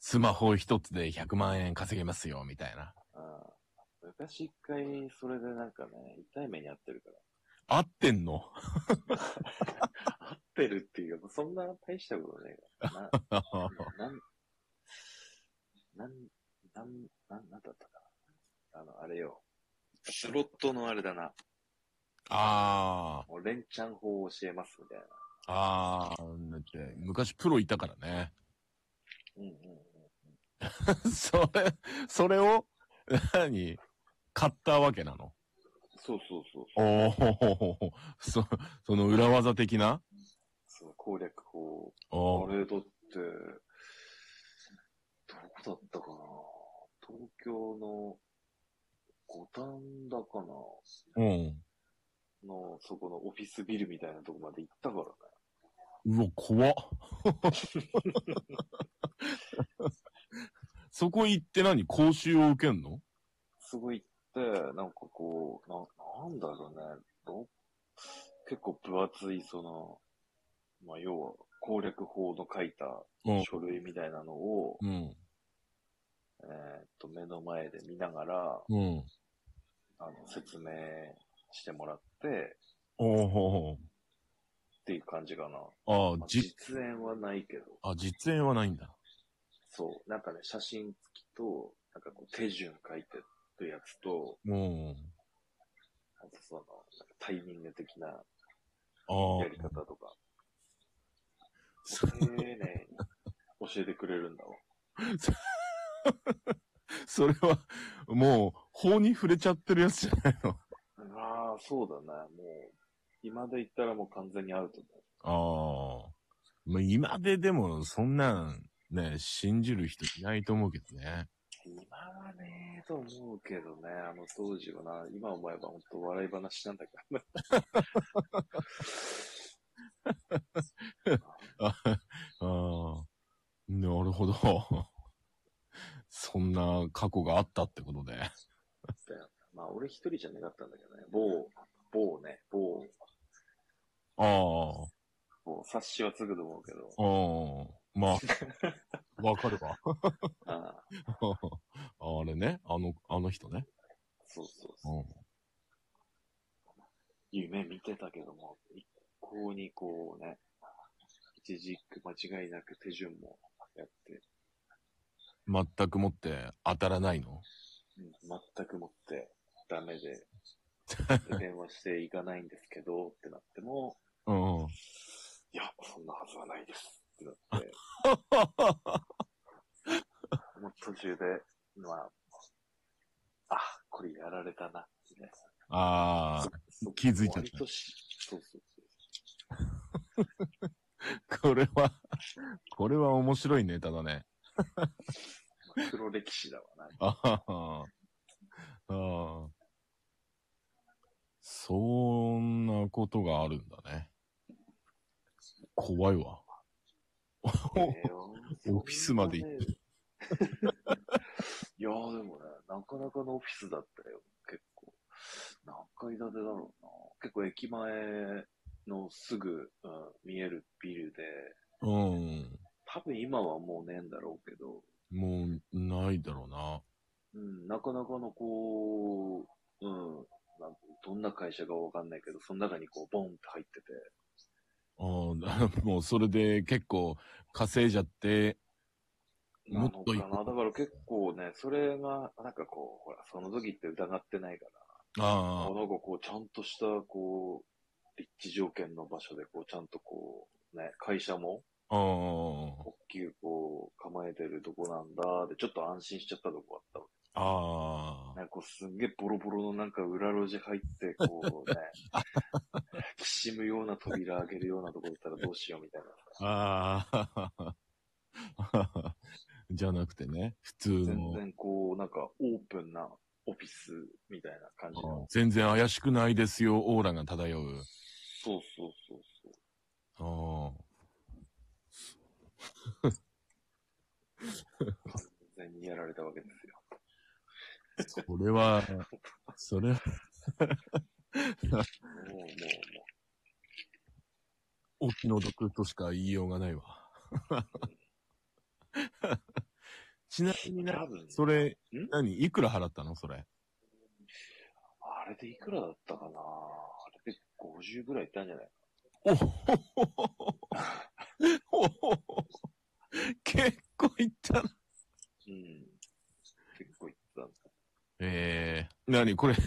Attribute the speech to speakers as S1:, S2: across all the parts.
S1: スマホ一つで100万円稼げますよ、みたいな。
S2: ああ昔一回それでなんかね、痛い目に遭ってるから。
S1: 合ってんの
S2: 合ってるっていうか、そんな大したことねえから。 な、なん、なん、なん、なん、なんだったかな。あの、あれよ。スロットのあれだな。
S1: あ
S2: もう連チャン法を教えますみたいな。
S1: あ、ああ、だって、昔プロいたからね。
S2: うんうん
S1: それ、それを、何買ったわけなの
S2: そうそうそうそう。
S1: おお、そ、その裏技的な
S2: その攻略法。
S1: お
S2: あ
S1: ー
S2: れだって、どこだったかな東京の五反田かな
S1: うん。
S2: の、そこのオフィスビルみたいなとこまで行ったからね。
S1: うわ、怖っ。 そこ行って何講習を受けんの
S2: すごいって、なんかこう、な、なんだろうね。ど結構分厚い、その、まあ、要は、攻略法の書いた
S1: うん。
S2: 書類みたいなのを、
S1: うん。
S2: えーっと、目の前で見ながら、
S1: うん。
S2: あの、説明してもらって、
S1: おお。
S2: っていう感じかな。
S1: ああ
S2: まあ、、
S1: じ、
S2: 実演はないけど、
S1: あ、実演はないんだ。
S2: そう。なんかね、写真付きと、なんかこう、手順書いてるやつと、
S1: うん。
S2: あとその、なんかタイミング的な
S1: ああ
S2: や。り方とか、丁寧に教えてくれるんだわ。
S1: それは、もう、法に触れちゃってるやつじゃないの。
S2: ああ、そうだな。もう、今で言ったらもう完全にアウトだ。
S1: ああ。まあ、今ででも、そんなん、ね、信じる人いないと思うけどね。
S2: 今はねえと思うけどね、あの当時はな、今思えば本当笑い話なんだけどね。
S1: ああ。なるほど。 そんな過去があったってことで。
S2: まあ俺一人じゃなかったんだけどね、某、某ね、某、
S1: ああ。
S2: 某、察しはつくと思うけど、
S1: ああ。 まあ、わかるわ。
S2: ああ、
S1: あれね。あの、あの人ね。
S2: そうそうそう。
S1: うん。
S2: 夢見てたけども、一向にこうね、一時期間違いなく手順もやって、
S1: 全くもって当たらないの
S2: うん全くもってダメで、で電話していかないんですけどってなっても、
S1: うん。
S2: いや、そんなはずはないですってなって、もう途中で、まあ、あ、これやられたな、みたい
S1: ああ、
S2: な。
S1: 気づいちゃった
S2: 割としそうそうそう。
S1: これは、これは面白いネタだね。
S2: まあ、黒歴史だわな。
S1: あははああ。そんなことがあるんだね。怖いわ。
S2: ええよ
S1: オフィスまで行
S2: って。いやーでもね、なかなかのオフィスだったよ。結構。何階建てだろうな。結構駅前のすぐ、うん、見えるビルで、
S1: うん。
S2: 多分今はもうねえんだろうけど、
S1: もう、ないだろうな。
S2: うん、なかなかのこう、うん、なんどんな会社かわかんないけど、その中にこう、ボンって入ってて、
S1: ああ、 もうそれで結構稼いじゃって、も
S2: な
S1: っ
S2: の
S1: と
S2: か
S1: い
S2: な。だから結構ね、それが、なんかこう、ほら、その時って疑ってないから、
S1: あ
S2: あなんかこう、ちゃんとした、こう、立地条件の場所で、こう、ちゃんとこう、ね、会社も、
S1: あ、ああ、
S2: 大きくこう、構えてるとこなんだ、で、ちょっと安心しちゃったとこあったわ
S1: あ
S2: け。なんかこう、すんげえボロボロのなんか裏路地入って、こう ね、きしむような扉開けるようなとこだったらどうしようみたいな。
S1: あ、ああ、 じゃなくてね、普通
S2: 全
S1: の。
S2: 然こう、なんかオープンなオフィスみたいな感じの。
S1: 全然怪しくないですよ、オーラが漂う。
S2: そうそうそうそ
S1: あ
S2: う。完全にやられたわけですよ。
S1: あ、それは、それは、
S2: もうもうもう。
S1: お気の毒としか言いようがないわ。 ちなみにな
S2: 多、分、
S1: それ、
S2: ん
S1: 何いくら払ったのそれ。
S2: あれでいくらだったかなあれで50ぐらいいったんじゃない
S1: おほほほほおほほほ結構いったな。
S2: うん。結構いったんだ。
S1: ええー。何これ、流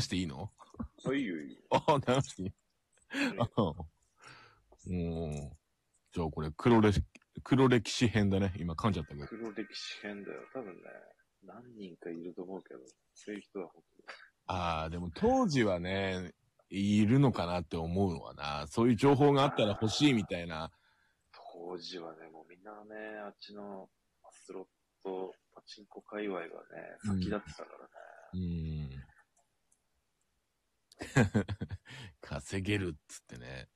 S1: していいの
S2: あ、いいよいいよ。
S1: あ、流していい。あうん。じゃあこれ、黒歴、黒歴史編だね。今噛んじゃったけど。
S2: 黒歴史編だよ。多分ね、何人かいると思うけど、そういう人は本
S1: ああ、でも当時はね、いるのかなって思うのはな、そういう情報があったら欲しいみたいな。
S2: 当時はね、もうみんなね、あっちのスロット、パチンコ界隈がね、
S1: うん
S2: 先立ってたからね。
S1: うー ん。稼げるっつってね。